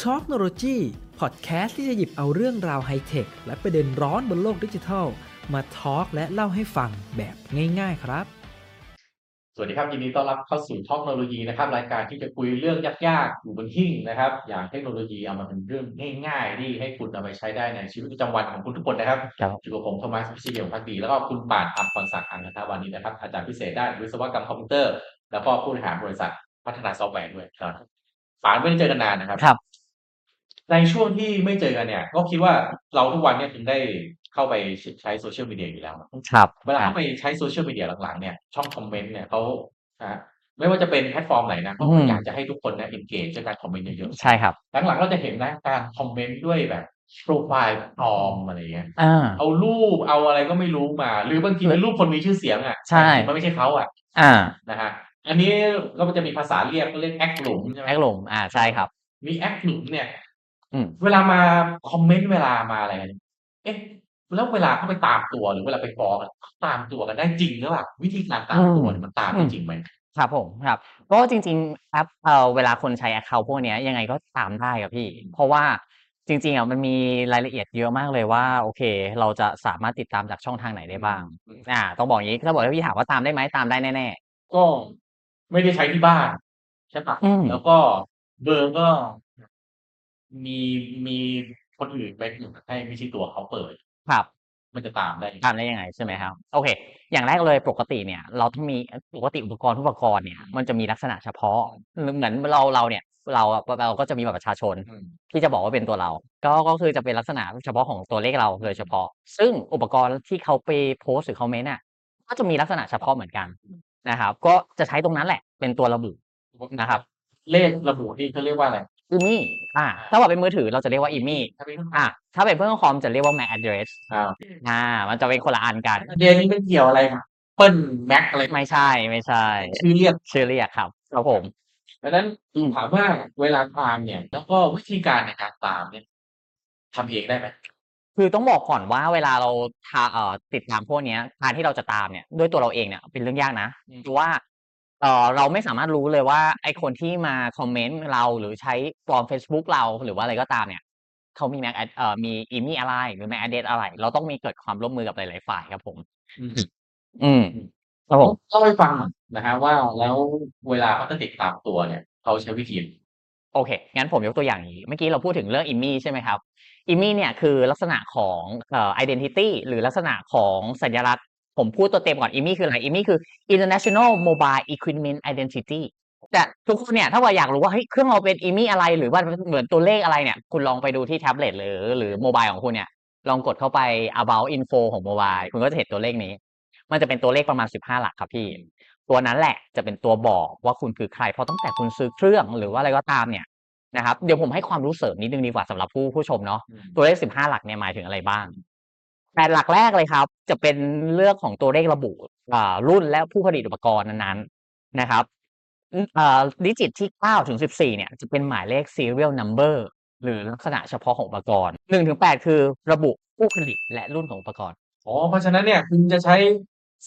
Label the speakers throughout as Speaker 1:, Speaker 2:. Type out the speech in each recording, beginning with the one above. Speaker 1: ช็อคโนโลยีพอดแคสต์ที่จะหยิบเอาเรื่องราวไฮเทคและประเด็นร้อนบนโลกดิจิทัล มาทอล์กและเล่าให้ฟังแบบง่ายๆครับ
Speaker 2: สวัสดีครับยินดีต้อนรับเข้าสู่ท็อกโนโลยีนะครับรายการที่จะคุยเรื่องยากๆอยู่บนหิ้งนะครับ อย่างเทคโนโลยีเอามาเป็นเรื่องง่ายๆที่ให้คุณเอาไปใช้ได้ในชีวิตประจำวันของคุณทุกคนนะครับ
Speaker 3: ครับ
Speaker 2: อยู่กับผมโทมัสพิชิตเดียวพักดีแล้วก็คุณปาดอัมพรศักดิ์อังคณาวานิชนะครับอาจารย์พิเศษด้านวิศวกรรมคอมพิวเตอร์ แล้วก็ผู้บริหารบริษัทพัฒนาซอฟต์แวร์ด้วยครับปาดไม่ได้เจอกันนานนะครับ
Speaker 3: ครับ
Speaker 2: ในช่วงที่ไม่เจอกันเนี่ย ก็คิดว่าเราทุกวันเนี่ยถึงได้เข้าไปใช้โซเชียลมีเดียอยู่แล้ว
Speaker 3: ครับ
Speaker 2: เวลาเขาไปใช้โซเชียลมีเดียหลังๆเนี่ยช่องคอมเมนต์เนี่ยเขานะไม่ว่าจะเป็นแพลตฟอร์มไหนนะเขาก็อยากจะให้ทุกคนนะ engage ด้วยการคอมเมนต์เยอะ
Speaker 3: ใช่ครับ
Speaker 2: ๆหลังๆเราจะเห็นนะการคอมเมนต์ด้วยแบบโปรไฟล์ปลอมอะไรเงี้ย
Speaker 3: อ่า
Speaker 2: เอารูปเอาอะไรก็ไม่รู้มา หรือบางทีเป็นรูปคนมีชื่อเสียงอ่ะ
Speaker 3: ใช่
Speaker 2: แต่จริงๆมันไม่ใช่เขาอ่ะ
Speaker 3: อ่า
Speaker 2: นะฮะอันนี้ก็มันจะมีภาษาเรียกก็เรียกแอคหลุมใช่ไหม
Speaker 3: แอคหลมอ่าใช่ครับ
Speaker 2: มีแอคหลุมเนี่ย
Speaker 3: อืม
Speaker 2: เวลามาคอมเมนต์เวลามาอะไรกันเอ๊ะแล้วเวลาเขาไปตามตัวหรือเวลาไปฟ้องอะตามตัวกันได้จริงหรือเปล่าวิธีการตามตัวเนี่ยมันตามได้จริงไหม
Speaker 3: ครับผมครับก็จริงๆแอปเอ่อเวลาคนใช้แอคเคาท์พวกเนี้ยยังไงก็ตามได้ครับพี่ เพราะว่าจริงๆอ่ะมันมีรายละเอียดเยอะมากเลยว่า โอเค เราจะสามารถติดตามจากช่องทางไหนได้บ้าง
Speaker 2: อืม
Speaker 3: อ่า ต้องบอกอย่างนี้ถ้าบอกให้พี่ถามว่าตามได้ไหมตามได้แน่
Speaker 2: ก็ไม่ได้ใช้ที่บ้านใช่ปะ
Speaker 3: อืม
Speaker 2: แล้วก็เบอร์ก็มีมีคนอื่นไปกดให้ไม่ใช่ตัวเขาเปิด
Speaker 3: ๆครับ
Speaker 2: มันจะตามได้ยังไง
Speaker 3: ตามได้ยังไงใช่ไหมครับโอเค อย่างแรกเลยปกติเนี่ย เราต้องมีปกติอุปกรณ์ทุกอุปกรณ์เนี่ยมันจะมีลักษณะเฉพาะเหมือนเราเราเนี่ย เราอะเราก็จะมีบัตรประชาชน
Speaker 2: อืม
Speaker 3: ที่จะบอกว่าเป็นตัวเรา ก็ก็คือจะเป็นลักษณะเฉพาะของตัวเลขเราโดยเฉพาะ ซึ่งอุปกรณ์ที่เขาไปโพสต์หรือคอมเมนต์อ่ะก็จะมีลักษณะเฉพาะเหมือนกันนะครับ ก็จะใช้ตรงนั้นแหละ เป็นตัวระบุนะครับ
Speaker 2: เลขระบุที่เขาเรียกว่าอะไร
Speaker 3: อิมี่อ่าถ้าบอกเป็นมือถือเราจะเรียกว่าอิมี่
Speaker 2: ถ้าเป็น
Speaker 3: อ่าถ้าเป็นเพื่อนคอมจะเรียกว่า MAC address
Speaker 2: อ่า
Speaker 3: อ่า มันจะเป็นคนละอันกัน
Speaker 2: เดือนนี้ไม่เกี่ยวอะไรค่ะเปิ้ลแม็กอะไร
Speaker 3: ไม่ใช่ไม่ใช่
Speaker 2: ชื่อเรียก
Speaker 3: ชื่อเรียกครับครับผม
Speaker 2: ดังนั้น
Speaker 3: อืม
Speaker 2: ถามว่าเวลาตามเนี่ย แล้วก็วิธีการในการตามเนี่ยทำเองได้ไหม
Speaker 3: คือต้องบอกก่อนว่าเวลาเราทาเอ่อติดตามพวกเนี้ยการที่เราจะตามเนี่ยด้วยตัวเราเองเนี่ยเป็นเรื่องยากนะเพราะว่าเอ่อเราไม่สามารถรู้เลยว่าไอคนที่มาคอมเมนต์เราหรือใช้ปลอม Facebook เราหรือว่าอะไรก็ตามเนี่ยเขามีแม็กเอ่อมีอีมี่อะไรหรือแม็กอเดสอะไร เราต้องมีเกิดความร่วมมือกับหลาย ๆ ฝ่ายครับผม
Speaker 2: อืม
Speaker 3: อืมครับผม
Speaker 2: เล่าให้ฟังหน่อยนะฮะว่าแล้วเวลาเขาจะติดตามตัวเนี่ย เขาใช้วิธี
Speaker 3: โอเค งั้นผมยกตัวอย่างอย่างนี้ เมื่อกี้เราพูดถึงเรื่องอิมมี่ใช่ไหมครับ อิมมี่เนี่ยคือลักษณะของเอ่อ identity หรือลักษณะของสัญลักษณ์ ผมพูดตัวเต็มก่อน อิมมี่คืออะไร อิมมี่คือ international mobile equipment identity แต่ทุกคนเนี่ย ถ้าว่าอยากรู้ว่าเฮ้ยเครื่องเราเป็นอิมมี่อะไร หรือว่าเหมือนตัวเลขอะไรเนี่ย คุณลองไปดูที่แท็บเล็ตหรือหรือโมบายของคุณเนี่ย ลองกดเข้าไป about info ของโมบาย คุณก็จะเห็นตัวเลขนี้ มันจะเป็นตัวเลขประมาณ 15 หลักครับพี่ ตัวนั้นแหละจะเป็นตัวบอกว่าคุณคือใคร เพราะตั้งแต่คุณซื้อเครื่องหรือว่าอะไรก็ตามเนี่ย นะครับเดี๋ยวผมให้ความรู้เสริมนิดนึงดีกว่าสำหรับผู้ผู้ชมเนาะตัวเลข 15 หลักเนี่ยหมายถึงอะไรบ้างแปดหลักแรกเลยครับ จะเป็นเรื่องของตัวเลขระบุอ่ารุ่นและผู้ผลิตอุปกรณ์นั้นๆนะครับอ่าดิจิตที่9ถึง14เนี่ยจะเป็นหมายเลข serial number หรือลักษณะเฉพาะของอุปกรณ์1ถึง8คือระบุผู้ผลิตและรุ่นของอุปกรณ์
Speaker 2: อ๋อ เพราะฉะนั้นเนี่ยคุณจะใช้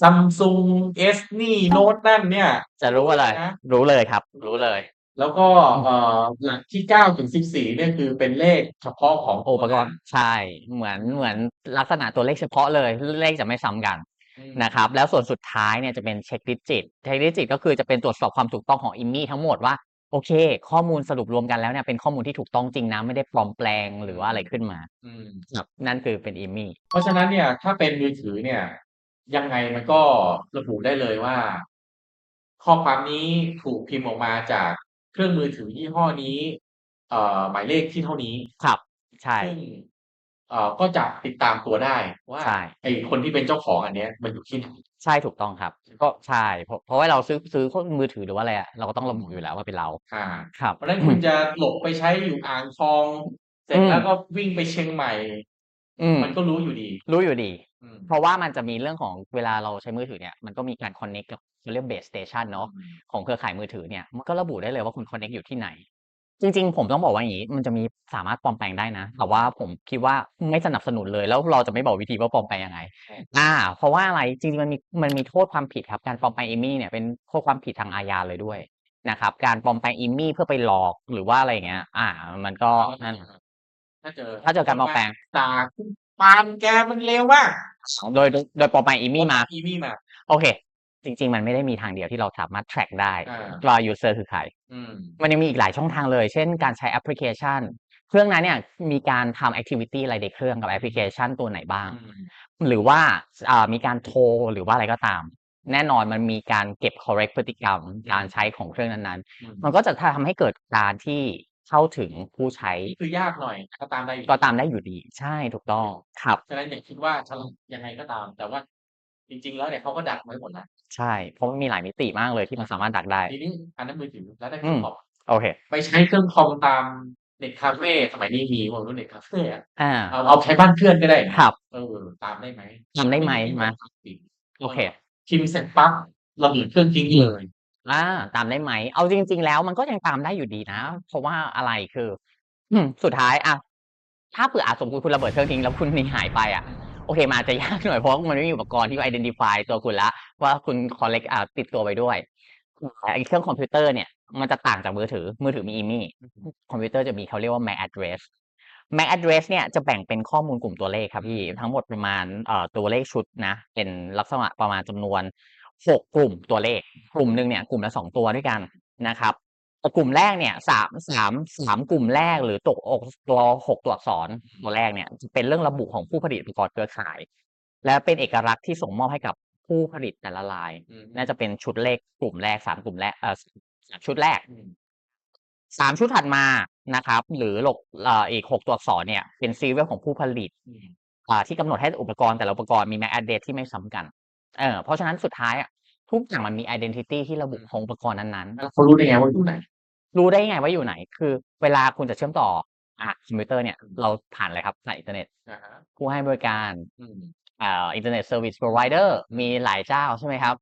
Speaker 2: ซัมซุงเอสนี่โน้ตนั่นเนี่ย
Speaker 3: จะรู้อะไร
Speaker 2: นะ
Speaker 3: รู้เลยครับ รู้เลย
Speaker 2: แล้วก็เอ่อหลักที่เก้าถึงสิบสี่เนี่ยคือเป็นเลขเฉพาะของ
Speaker 3: อุปกรณ์ใช่เหมือนเหมือนลักษณะตัวเลขเฉพาะเลยเลขจะไม่ซ้ำกัน นะครับแล้วส่วนสุดท้ายเนี่ยจะเป็นเช็คดิจิตเช็คดิจิตก็คือจะเป็นตรวจสอบความถูกต้องของอิมมี่ทั้งหมดว่าโอเค ข้อมูลสรุปรวมกันแล้วเนี่ยเป็นข้อมูลที่ถูกต้องจริงนะไม่ได้ปลอมแปลงหรือว่าอะไรขึ้นมา
Speaker 2: อืม
Speaker 3: ครับนั่นคือเป็นอิมมี่
Speaker 2: เพราะฉะนั้นเนี่ย ถ้าเป็นมือถือเนี่ย ยังไงมันก็ระบุได้เลยว่า ข้อความนี้ถูกพิมพ์ออกมาจากเครื่องมือถือยี่ห้อนี้ เอ่อหมายเลขที่เท่านี้
Speaker 3: ครับ ใช่
Speaker 2: ซึ่งเอ่อก็จะติดตามตัวได้ว่า
Speaker 3: ใช่
Speaker 2: ไอคนที่เป็นเจ้าของอันเนี้ยมันอยู่ที่ไหน
Speaker 3: ใช่ถูกต้องครับ ก็ใช่เพราะเพราะว่าเราซื้อซื้อมือถือหรือว่าอะไรอะเราก็ต้องระบุอยู่แล้วว่าเป็นเรา
Speaker 2: อ่า
Speaker 3: ครับ
Speaker 2: เพราะฉะนั้นคุณจะหลบไปใช้อยู่อ่างทอง เสร็จ
Speaker 3: อืม
Speaker 2: แล้วก็วิ่งไปเชียงใหม่
Speaker 3: อืม
Speaker 2: มันก็รู้อยู่ดี
Speaker 3: รู้อยู่ดี
Speaker 2: อืม
Speaker 3: เพราะว่ามันจะมีเรื่องของเวลาเราใช้มือถือเนี่ยมันก็มีการคอนเน็กกับเขาเรียกเบสสเตชันเนาะ ของเครือข่ายมือถือเนี่ยมันก็ระบุได้เลยว่าคุณคอนเน็กอยู่ที่ไหน จริงๆ ผมต้องบอกว่าอย่างนี้ มันจะมีสามารถปลอมแปลงได้นะ แต่ว่าผมคิดว่าไม่สนับสนุนเลยแล้วเราจะไม่บอกวิธีว่าปลอมแปลงยังไง อ่า เพราะว่าอะไรจริงๆมันมีมันมีโทษความผิดครับการปลอมแปลงเอมี่เนี่ยเป็นโทษความผิดทางอาญาเลยด้วย นะครับ การปลอมแปลงอิมมี่เพื่อไปหลอกหรือว่าอะไรอย่างเงี้ย อ่า มันก็นั่น
Speaker 2: ถ้าเจอ
Speaker 3: ถ้าเจอการปลอมแปลง
Speaker 2: ตาคุณปาล์มแกมันเร็วว่ะ
Speaker 3: โดยโดยโดยปลอมแปลงอิมมี่มา
Speaker 2: อีมี่มา
Speaker 3: โอเค จริง ๆ มันไม่ได้มีทางเดียวที่เราสามารถ track ได้
Speaker 2: อ่า
Speaker 3: ว่า user คือใคร
Speaker 2: อืม
Speaker 3: มันยังมีอีกหลายช่องทางเลย เช่นการใช้แอปพลิเคชัน เครื่องนั้นเนี่ยมีการทำ activity อะไรในเครื่องกับแอปพลิเคชันตัวไหนบ้าง หรือว่าอ่ามีการโทรหรือว่าอะไรก็ตาม แน่นอนมันมีการเก็บ correct พฤติกรรม การใช้ของเครื่องนั้น
Speaker 2: อืม
Speaker 3: ๆ มันก็จะทำให้เกิดการที่เข้าถึงผู้ใช้
Speaker 2: คือยากหน่อยก็ตามได้อยู่
Speaker 3: ก็ตามได้อยู่ดี ใช่ถูกต้องครับ
Speaker 2: ฉะนั้นอย่าคิดว่าฉลาดยังไงก็ตาม แต่ว่า จริง ๆ แล้วเนี่ยเขาก็ดักไว้หมดนะ
Speaker 3: ใช่ เพราะมันมีหลายมิติมากเลยที่มันสามารถดักได้
Speaker 2: ทีนี้อันนั้นมือถือแล้วได้
Speaker 3: อื
Speaker 2: เครื่อ
Speaker 3: ม
Speaker 2: งคอม
Speaker 3: โอเค
Speaker 2: ไปใช้เครื่องคอมตามเน็ตคาเฟ่สมัยนี้มีวงรุ่นเน็ตคาเฟ่อะ
Speaker 3: อ่า
Speaker 2: เอาเอาใช้บ้านเพื่อนก็ได้
Speaker 3: ครับ
Speaker 2: เออ ตามได้ไหม
Speaker 3: ทำได้ไหมมา โอเค
Speaker 2: พิมพ์เสร็จปั๊บเราหยุดเครื่องทิ้งเลย
Speaker 3: อ่าตามได้ไหม เอาจริง ๆ แล้วมันก็ยังตามได้อยู่ดีนะ เพราะว่าอะไรคือ อืมสุดท้ายอ่ะถ้าเผื่ออาสมมติคุณระเบิดเครื่องทิ้งแล้วคุณหนีหายไปอ่ะโอเคมันอาจจะยากหน่อยเพราะมันไม่มีอุปกรณ์ที่จะ identify ตัวคุณละว่าคุณ collect อ่าติดตัวไปด้วยแต่ไอ้เครื่องคอมพิวเตอร์เนี่ยมันจะต่างจากมือถือ มือถือมีอีมี่คอมพิวเตอร์จะมีเขาเรียกว่า MAC address MAC address เนี่ยจะแบ่งเป็นข้อมูลกลุ่มตัวเลขครับพี่ทั้งหมดประมาณเอ่อตัวเลขชุดนะ เป็นลักษณะประมาณจำนวนหกกลุ่มตัวเลข กลุ่มหนึ่งเนี่ยกลุ่มละสองตัวด้วยกันนะครับแต่กลุ่มแรกเนี่ยสามสามสามกลุ่มแรกหรือตกอกตัวหกตัวอักษรตัวแรกเนี่ยจะเป็นเรื่องระบุของผู้ผลิตอุปกรณ์เครือข่าย และเป็นเอกลักษณ์ที่ส่งมอบให้กับผู้ผลิตแต่ละราย
Speaker 2: อืม
Speaker 3: น่าจะเป็นชุดเลขกลุ่มแรกสามกลุ่มแรกเอ่อสามชุดแรก
Speaker 2: อืม
Speaker 3: สามชุดถัดมานะครับ หรือหลกเอ่ออีกหกตัวอักษรเนี่ยเป็นซีเรียลของผู้ผลิต
Speaker 2: อืม
Speaker 3: อ่าที่กำหนดให้อุปกรณ์แต่ละอุปกรณ์มี MAC address ที่ไม่ซ้ำกันเออเพราะฉะนั้นสุดท้ายอะทุกอย่างมันมี identity ที่ระบุของอุปกรณ์นั้น
Speaker 2: แล้วเขารู้ได้ไงว่าอยู่ไหน
Speaker 3: ๆ รู้ได้ไงว่าอยู่ไหน คือเวลาคุณจะเชื่อมต่ออ่ะคอมพิวเตอร์เนี่ยเราผ่านอะไรครับสายอินเทอร์เน็ต
Speaker 2: นะฮะ
Speaker 3: ผู้ให้บริการ
Speaker 2: อืม
Speaker 3: อ่าอินเทอร์เน็ตเซอร์วิสพรอไวเดอร์มีหลายเจ้าใช่ไหมครับ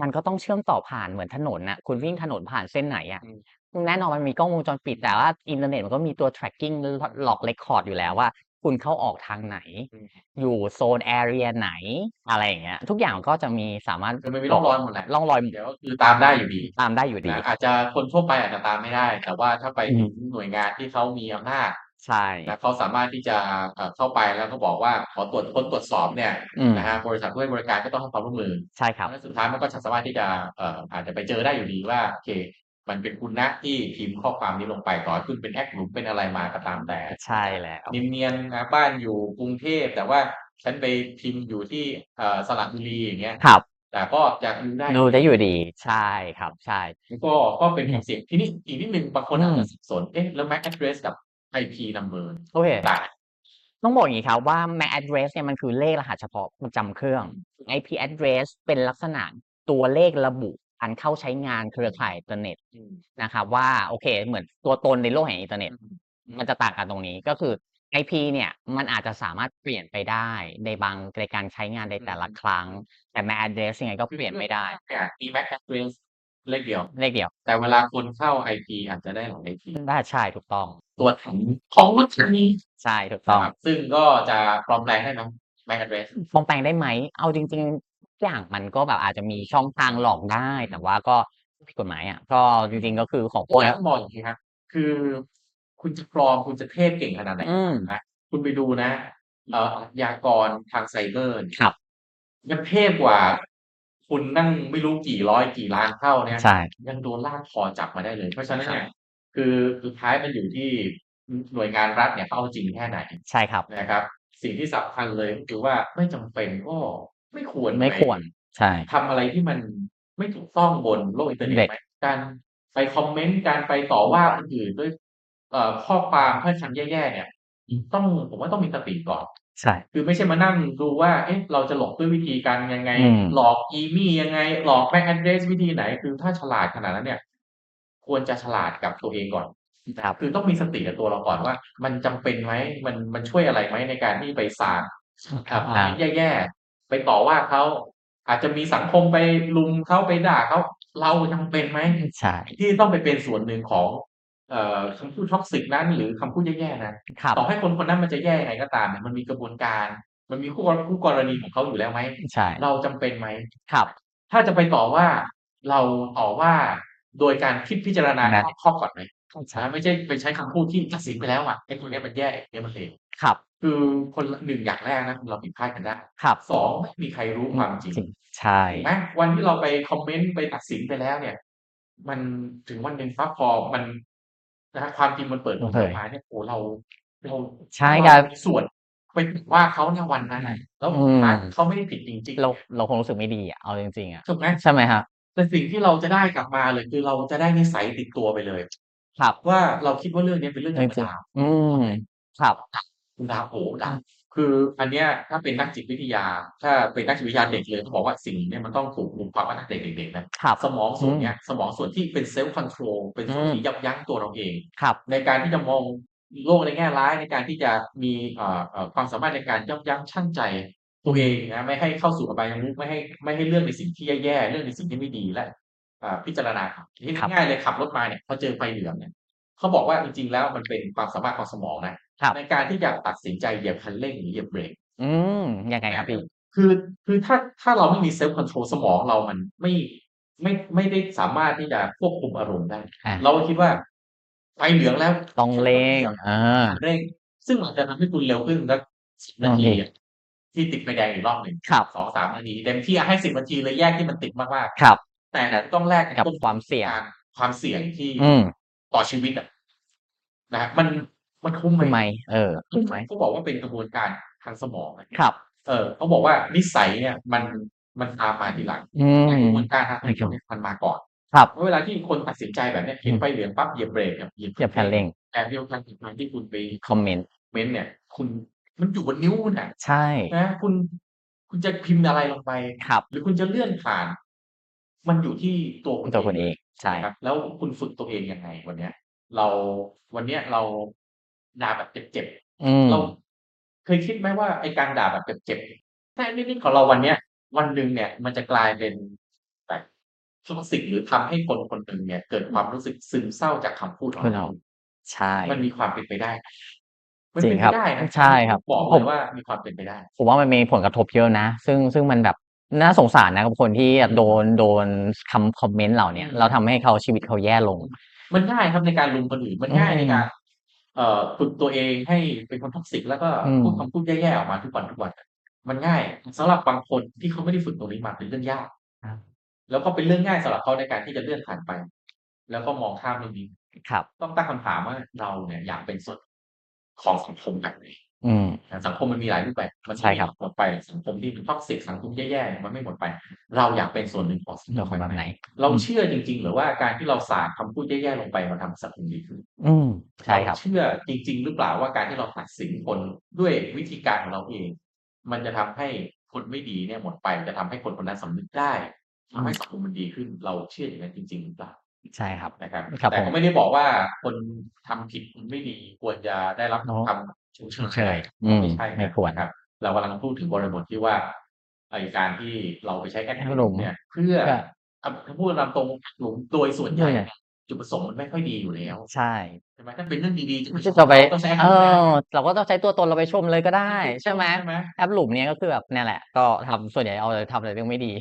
Speaker 3: มันก็ต้องเชื่อมต่อผ่านเหมือนถนนนะคุณวิ่งถนนผ่านเส้นไหนอะ
Speaker 2: อืม
Speaker 3: แน่นอนมันมีกล้องวงจรปิดแต่ว่าอินเทอร์เน็ตมันก็มีตัว tracking หลอก record อยู่แล้วว่า คุณเข้าออกทางไหน
Speaker 2: อืม
Speaker 3: อยู่โซน area ไหน อะไรอย่างเงี้ย ทุกอย่างก็จะมีสามารถ
Speaker 2: คือมันมีร่องรอยหมดแหละ
Speaker 3: ร่องรอย
Speaker 2: เดี๋ยวก็คือตามได้อยู่ดี
Speaker 3: ตามได้อยู่ดี
Speaker 2: นะอาจจะคนทั่วไปอาจจะตามไม่ได้ แต่ว่าถ้าไป
Speaker 3: อืม
Speaker 2: ถึงหน่วยงานที่เขามีอำนาจ
Speaker 3: ใช่
Speaker 2: นะเขาสามารถที่จะเอ่อเข้าไปแล้วก็บอกว่าขอตรวจค้นตรวจสอบเนี่ย
Speaker 3: อืม
Speaker 2: นะฮะบริษัทผู้ให้บริการก็ต้องให้ความร่วมมือ
Speaker 3: ใช่ครับ
Speaker 2: แล้วสุดท้ายมันก็จะสามารถที่จะเอ่ออาจจะไปเจอได้อยู่ดีว่าโอเค มันเป็นคุณนะที่พิมพ์ข้อความนี้ลงไปต่อให้คุณเป็นแอคหลุมเป็นอะไรมาก็ตามแต่
Speaker 3: ใช่แล้ว
Speaker 2: เนียนๆนะบ้านอยู่กรุงเทพแต่ว่าฉันไปพิมพ์อยู่ที่เอ่อสระบุรีอย่างเงี้ย
Speaker 3: ครับ
Speaker 2: แต่ก็จะรู้ได้
Speaker 3: ดูได้อยู่ดีใช่ครับใช่
Speaker 2: ก็ก็เป็นความเสี่ยงทีนี้อีกนิดนึงบางคน
Speaker 3: อืม
Speaker 2: อาจจะสับสนเอ๊ะแล้ว MAC address กับ IP number
Speaker 3: โอเค
Speaker 2: ต่าง
Speaker 3: ต้องบอกอย่างนี้ครับว่า MAC address เนี่ยมันคือเลขรหัสเฉพาะประจำเครื่อง IP address เป็นลักษณะตัวเลขระบุการเข้าใช้งานเครือข่ายอินเทอร์เน็ต
Speaker 2: ๆอืม
Speaker 3: นะครับว่าโอเคเหมือนตัวตนในโลกแห่งอินเทอร์เน็ต มันจะต่างกันตรงนี้ก็คือ IP เนี่ยมันอาจจะสามารถเปลี่ยนไปได้ในบางในการใช้งานในแต่ละ
Speaker 2: อืม
Speaker 3: ครั้ง แต่ MAC address ยังไงก็เปลี่ยนไม่ได้
Speaker 2: เนี่ยมี MAC address เลขเดียว
Speaker 3: เลขเดียว
Speaker 2: แต่เวลาคนเข้า IP อาจจะได้หลาย IP
Speaker 3: ได้ใช่ถูกต้อง
Speaker 2: ตัวถังของรถคันนี้
Speaker 3: ใช่ถูกต้อง
Speaker 2: นะครับซึ่งก็จะปลอมแปลงได้ไหม MAC address
Speaker 3: ปลอมแปลงได้ไหม เอาจริงๆทุกอย่างมันก็แบบอาจจะมีช่องทางหลอกได้ แต่ว่าก็ผิดกฎหมายอ่ะก็จริงๆก็คือของพ
Speaker 2: โอ้
Speaker 3: วย ก
Speaker 2: แล้
Speaker 3: นี้
Speaker 2: วมองอย่างนี้ครับคือคุณจะปลอมคุณจะเทพเก่งขนาดไหน
Speaker 3: อืม
Speaker 2: คุณไปดูนะเอ่ออาชญากรทางไซเบอร์เนี่ย
Speaker 3: ครับ
Speaker 2: มันเทพกว่า คุณนั่งไม่รู้กี่ร้อยกี่ล้านเท่าเนี่ย
Speaker 3: ใช่
Speaker 2: ยังโดนลากคอจับมาได้เลย เพราะฉะนั้น
Speaker 3: ครับ
Speaker 2: เนี่ยคือสุดท้ายมันอยู่ที่หน่วยงานรัฐเนี่ยเขาเอาจริงแค่ไหน
Speaker 3: ใช่ครับ
Speaker 2: นะครับ สิ่งที่สำคัญเลยก็คือว่าไม่จำเป็นก็ไม่ควร
Speaker 3: ไม่
Speaker 2: ป
Speaker 3: ควรใช่
Speaker 2: ทำอะไรที่มันไม่ถูกต้องบนโลกอินเทอร์เน็ตไหมการไปคอมเมนต์การไปต่อว่าคนอื่นด้วยเอ่อข้อความถ้อยคำแย่ๆเนี่ย ต้องผมว่าต้องมีสติก่อน
Speaker 3: ใช่
Speaker 2: คือไม่ใช่มานั่งดูว่า เอ๊ะ เราจะหลอกด้วยวิธีการยังไง
Speaker 3: อืม
Speaker 2: หลอกอีมี่ยังไง หลอกแม็กแอนเดรสวิธีไหน คือถ้าฉลาดขนาดนั้นเนี่ย ควรจะฉลาดกับตัวเองก่อน
Speaker 3: ครับ
Speaker 2: คือต้องมีสติกับตัวเราก่อนว่า มันจำเป็นไหม มันมันช่วยอะไรไหมในการที่ไปสารครับ
Speaker 3: อ่า
Speaker 2: แย่ๆ ไปต่อว่าเขา อาจจะมีสังคมไปลุมเขาไปด่าเขา เราจำเป็นไหม
Speaker 3: ใช่
Speaker 2: ที่ต้องไปเป็นส่วนหนึ่งของ เอ่อคำพูดท็อกซิกนั้น หรือคำพูดแย่ๆนั้น
Speaker 3: ครับ
Speaker 2: ต่อให้คนคนนั้นมันจะแย่ยังไงก็ตามเนี่ยมันมีกระบวนการ มันมีคู่คู่กรณีของเขาอยู่แล้วไหม
Speaker 3: ใช่
Speaker 2: เราจำเป็นไหม
Speaker 3: ครับ
Speaker 2: ถ้าจะไปต่อว่าเราต่อว่า โดยการคิดพิจารณา
Speaker 3: นะ
Speaker 2: รอบครอบก่อนไหมนะไม่ใช่ไปใช้คำพูดที่ตัดสินไปแล้วอ่ะไอ้คนเนี้ยมันแย่ไอ้คนเนี้ยมันเลว
Speaker 3: ครับ
Speaker 2: คือคนละหนึ่งอย่างแรกนะเราผิดพลาดกันได้
Speaker 3: ครับ
Speaker 2: สองไม่มีใครรู้ความจริง
Speaker 3: ใช่
Speaker 2: ถูกไหมวันที่เราไปคอมเมนต์ไปตัดสินไปแล้วเนี่ย มันถึงวันหนึ่งฟ้าพอมันนะฮะความจริงมันเปิดเผยออกมาเนี่ยโอ้เราเรา
Speaker 3: ใช่
Speaker 2: เรา
Speaker 3: ครับ
Speaker 2: มีส่วนไปว่าเขาในวันนั้นน่ะแล้ว
Speaker 3: อืม
Speaker 2: เขาไม่ได้ผิดจริงๆ
Speaker 3: เราเราคงรู้สึกไม่ดีอ่ะเอาจริงๆอ่ะ
Speaker 2: ถูกไหม
Speaker 3: ใช่ไหมฮะ
Speaker 2: แต่สิ่งที่เราจะได้กลับมาเลย คือเราจะได้นิสัยติดตัวไปเลย
Speaker 3: ครับ
Speaker 2: ว่าเราคิดว่าเรื่องนี้เป็นเรื่องธรรมดา
Speaker 3: อืมครับ
Speaker 2: ดาโหดาคืออันเนี้ยถ้าเป็นนักจิตวิทยา ถ้าเป็นนักจิตวิทยาเด็กเลยเขาบอกว่าสิ่งเนี้ยมันต้องถูกปลูกฝังมาตั้งแต่เด็กๆนะ
Speaker 3: ครับ
Speaker 2: สมองส่วนเนี้ยสมองส่วนที่เป็นเซลฟ์คอนโทรลเป็นส่วน
Speaker 3: อืม
Speaker 2: ที่ยับยั้งตัวเราเอง
Speaker 3: ครับ
Speaker 2: ในการที่จะมองโลกในแง่ร้ายในการที่จะมีเอ่อเอ่อความสามารถในการยับยั้งชั่งใจตัวเองนะไม่ให้เข้าสู่อบายมุขไม่ให้ไม่ให้เรื่องในสิ่งที่แย่ๆเรื่องในสิ่งที่ไม่ดีและเอ่อพิจารณาครับที่ง่ายๆเลยขับรถมาเนี่ยพอเจอไฟเหลืองเนี่ยเขาบอกว่าจริงๆแล้วมันเป็นความสามารถของสมองนะในการที่จะตัดสินใจเหยียบคันเร่งหรือเหยียบเบรก
Speaker 3: อืมยังไงครับพี่
Speaker 2: คือคือถ้าถ้าเราไม่มีเซลฟ์คอนโทรลสมองเรามันไม่ไม่ไม่ได้สามารถที่จะควบคุมอารมณ์ได้
Speaker 3: อ่า
Speaker 2: เราก็คิดว่าไฟเหลืองแล้ว
Speaker 3: ต้องเล่งอ่า
Speaker 2: เร่ง ซึ่งอาจจะทำให้คุณเร็วขึ้นสักสิบนาทีอะที่ติดไฟแดงอีกรอบหนึ่ง
Speaker 3: ครับ
Speaker 2: สองสามนาทีเต็มที่อะให้สิบนาทีเลยแยกที่มันติดมาก
Speaker 3: ครับ
Speaker 2: ๆแต่ต้องแลก
Speaker 3: กับความเสี่ยง
Speaker 2: การความเสี่ยงที่
Speaker 3: อืม
Speaker 2: ต่อชีวิตอ่ะนะฮะมันมันคุ้มไหม
Speaker 3: ทำไม เออ
Speaker 2: คุ้ม
Speaker 3: ทำ
Speaker 2: ไห
Speaker 3: ไม
Speaker 2: มเขาบอกว่าเป็นกระบวนการทางสมองนะ
Speaker 3: ครับ
Speaker 2: เออเขาบอกว่านิสัยเนี่ยมันมันตามมาทีหลัง
Speaker 3: อื
Speaker 2: แต่ก
Speaker 3: ม
Speaker 2: ระบวนการทางสังคมเนี่ยมันมาก่อน
Speaker 3: ครับ
Speaker 2: เพาะเวลาที่คนตัดสินใจแบบเนี้ยเห็นไฟเหลืองปั๊บเหยียบเบรกเนี่ยเหยียบ
Speaker 3: อย่าแพนเล่ง
Speaker 2: แต่เดียวกันกับการที่คุณไป
Speaker 3: คอมเมนต์
Speaker 2: เม้นต์เนี่ย คุณมันอยู่บนนิ้วคุณน่ะ
Speaker 3: ใช่
Speaker 2: นะคุณคุณจะพิมพ์อะไรลงไป
Speaker 3: ครับ
Speaker 2: หรือคุณจะเลื่อนผ่าน มันอยู่ที่ตัวคุณ
Speaker 3: ตัวคุณเอง ใช่
Speaker 2: นะครับแล้วคุณฝึกตัวเองยังไงวันเนี้ย เราวันเนี้ยเราด่าแบบเจ็บๆ
Speaker 3: อืม
Speaker 2: เราเคยคิดไหมว่าไอการด่าแบบเจ็บๆแต่นิดๆของเราวันเนี้ย วันหนึ่งเนี่ย มันจะกลายเป็นแบบทุกสิ่งหรือทำให้คนคนหนึ่งเนี่ย เกิดความรู้สึกซึมเศร้าจากคำพูดของ
Speaker 3: ของเรา
Speaker 2: เรา
Speaker 3: ใช่
Speaker 2: มันมีความเป็นไปได้นะมัน
Speaker 3: จริ
Speaker 2: เป็น
Speaker 3: ง
Speaker 2: ไป
Speaker 3: ครับ
Speaker 2: ได้นะ
Speaker 3: ใช่ครับ
Speaker 2: บอก
Speaker 3: ผ
Speaker 2: เล
Speaker 3: ม
Speaker 2: ยว่ามีความเป็นไปได้
Speaker 3: ผมว่ามันมีผลกระทบเยอะนะ ซึ่งซึ่งมันแบบน่าสงสารนะกับคนที่โดนโดนคำคอมเมนต์เหล่าเนี้ย
Speaker 2: อืม
Speaker 3: เราทำให้เขาชีวิตเขาแย่ลง
Speaker 2: มันง่ายครับในการลุมคนอื่นมันง่ายในการเอ่อฝึกตัวเองให้เป็นคนท็อกซิกแล้วก็
Speaker 3: อืม
Speaker 2: พูดคำพูดแย่ๆออกมาทุกวันทุกวัน มันง่ายสำหรับบางคนที่เขาไม่ได้ฝึกตรงนี้มาเป็นเรื่องยาก แล้วก็เป็นเรื่องง่ายสำหรับเขาในการที่จะเลื่อนผ่านไป แล้วก็มองข้ามเรื่องนี้
Speaker 3: ครับ
Speaker 2: ต้องตั้งคำถามว่าเราเนี่ยอยากเป็นส่วนของสังคมแบบไหน
Speaker 3: อืม
Speaker 2: นะสังคมมันมีหลายรูปแบบมันไม่
Speaker 3: ใช่ครับ
Speaker 2: หมดไปสังคมที่เป็นท็อกซิกสังคมแย่ๆมันไม่หมดไป เราอยากเป็นส่วนหนึ่งของสัง
Speaker 3: เรา
Speaker 2: ค
Speaker 3: ค
Speaker 2: ม
Speaker 3: นแบ
Speaker 2: แบบบไห
Speaker 3: ไห
Speaker 2: น
Speaker 3: น
Speaker 2: เราเชื่อจริง ๆ หรือว่าการที่เราสาดคำพูดแย่ๆลงไปมันทำให้สังคมดีขึ้น
Speaker 3: อืม ใช่ครับ
Speaker 2: เาเชื่อจริง ๆ หรือเปล่าว่าการที่เราตัดสินคนด้วยวิธีการของเราเอง มันจะทำให้คนไม่ดีเนี่ยหมดไปจะทำให้คนคนนั้นสำนึกได้ทำให้สังคมมันดีขึ้น เราเชื่ออย่างนั้นจริง ๆ หรือเปล่า
Speaker 3: ใช่ครับ
Speaker 2: นะครับ
Speaker 3: ครับ
Speaker 2: แต่
Speaker 3: ผ
Speaker 2: ก็
Speaker 3: ม
Speaker 2: ไม่ได้บอกว่าคนทำผิดคนไม่ดีควรจะได้รับ
Speaker 3: เนอะ
Speaker 2: คำชมเชย
Speaker 3: เคย อืม
Speaker 2: ไม่ใช่นะ
Speaker 3: ไม่ควร
Speaker 2: นะครับ เรากำลังพูดถึงบริบทที่ว่าไอการที่เราไปใช้แอด
Speaker 3: อารมณ์
Speaker 2: เนี่ย เพื่อ
Speaker 3: ก็
Speaker 2: อ่ะถ้าพูดตามตรงหลุมโดยส่วนใหญ่เนี่ยจุดประสงค์มันไม่ค่อยดีอยู่แล้ว
Speaker 3: ใช่
Speaker 2: ใช่ไหมถ้าเป็นเรื่องดีๆจะ
Speaker 3: จะต่อไป
Speaker 2: ต้องใช้
Speaker 3: เอ
Speaker 2: คำ
Speaker 3: อเราก็ต้องใช้ตัวตนเราไปชมเลยก็ได้ ใช่ไหม
Speaker 2: ใช่ไหม
Speaker 3: แอปหลุมเนี้ยก็คือแบบเนี่ยแหละ ก็ทำส่วนใหญ่เอาแต่ทำแต่เรื่องไม่ดี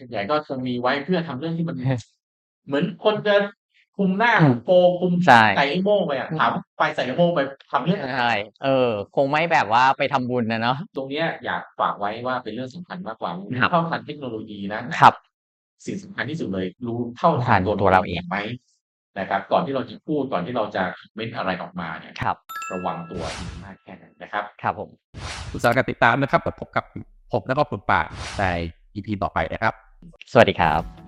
Speaker 2: ส่วนใหญ่ก็จะมีไว้เพื่อทำเรื่องที่ มัน เหมือนคนจะคุมหน้าคุมโปคุม
Speaker 3: ใช่
Speaker 2: ใส่ไอ้โม่งไปอ่ะถามไปใส่ไอ้โม่งไปทำเรื่องอะไร
Speaker 3: ใช่เออ คงไม่แบบว่าไปทำบุญนะเนาะ
Speaker 2: ตรงเนี้ยอยากฝากไว้ว่าเป็นเรื่องสำคัญมากกว่า
Speaker 3: ครับ
Speaker 2: เท่าทันเทคโนโลยีนะครับ สิ่งสำคัญที่สุดเลย รู้เท่า
Speaker 3: ทั
Speaker 2: ทัน
Speaker 3: น
Speaker 2: ตัว
Speaker 3: ตัวเราเอง
Speaker 2: ไหมนะครับ ก่อนที่เราจะพูดก่อนที่เราจะเม้นอะไรออกมาเนี่ย
Speaker 3: ครับ
Speaker 2: ระวังตัวให้มากแค่ไหนนะครับ
Speaker 3: ครับผม
Speaker 4: อุตสาหกรรมติดตามนะครับแล้วพบกับผมแล้วก็คุณป่าใน EP ต่อไปนะครับ
Speaker 3: สวัสดีครับ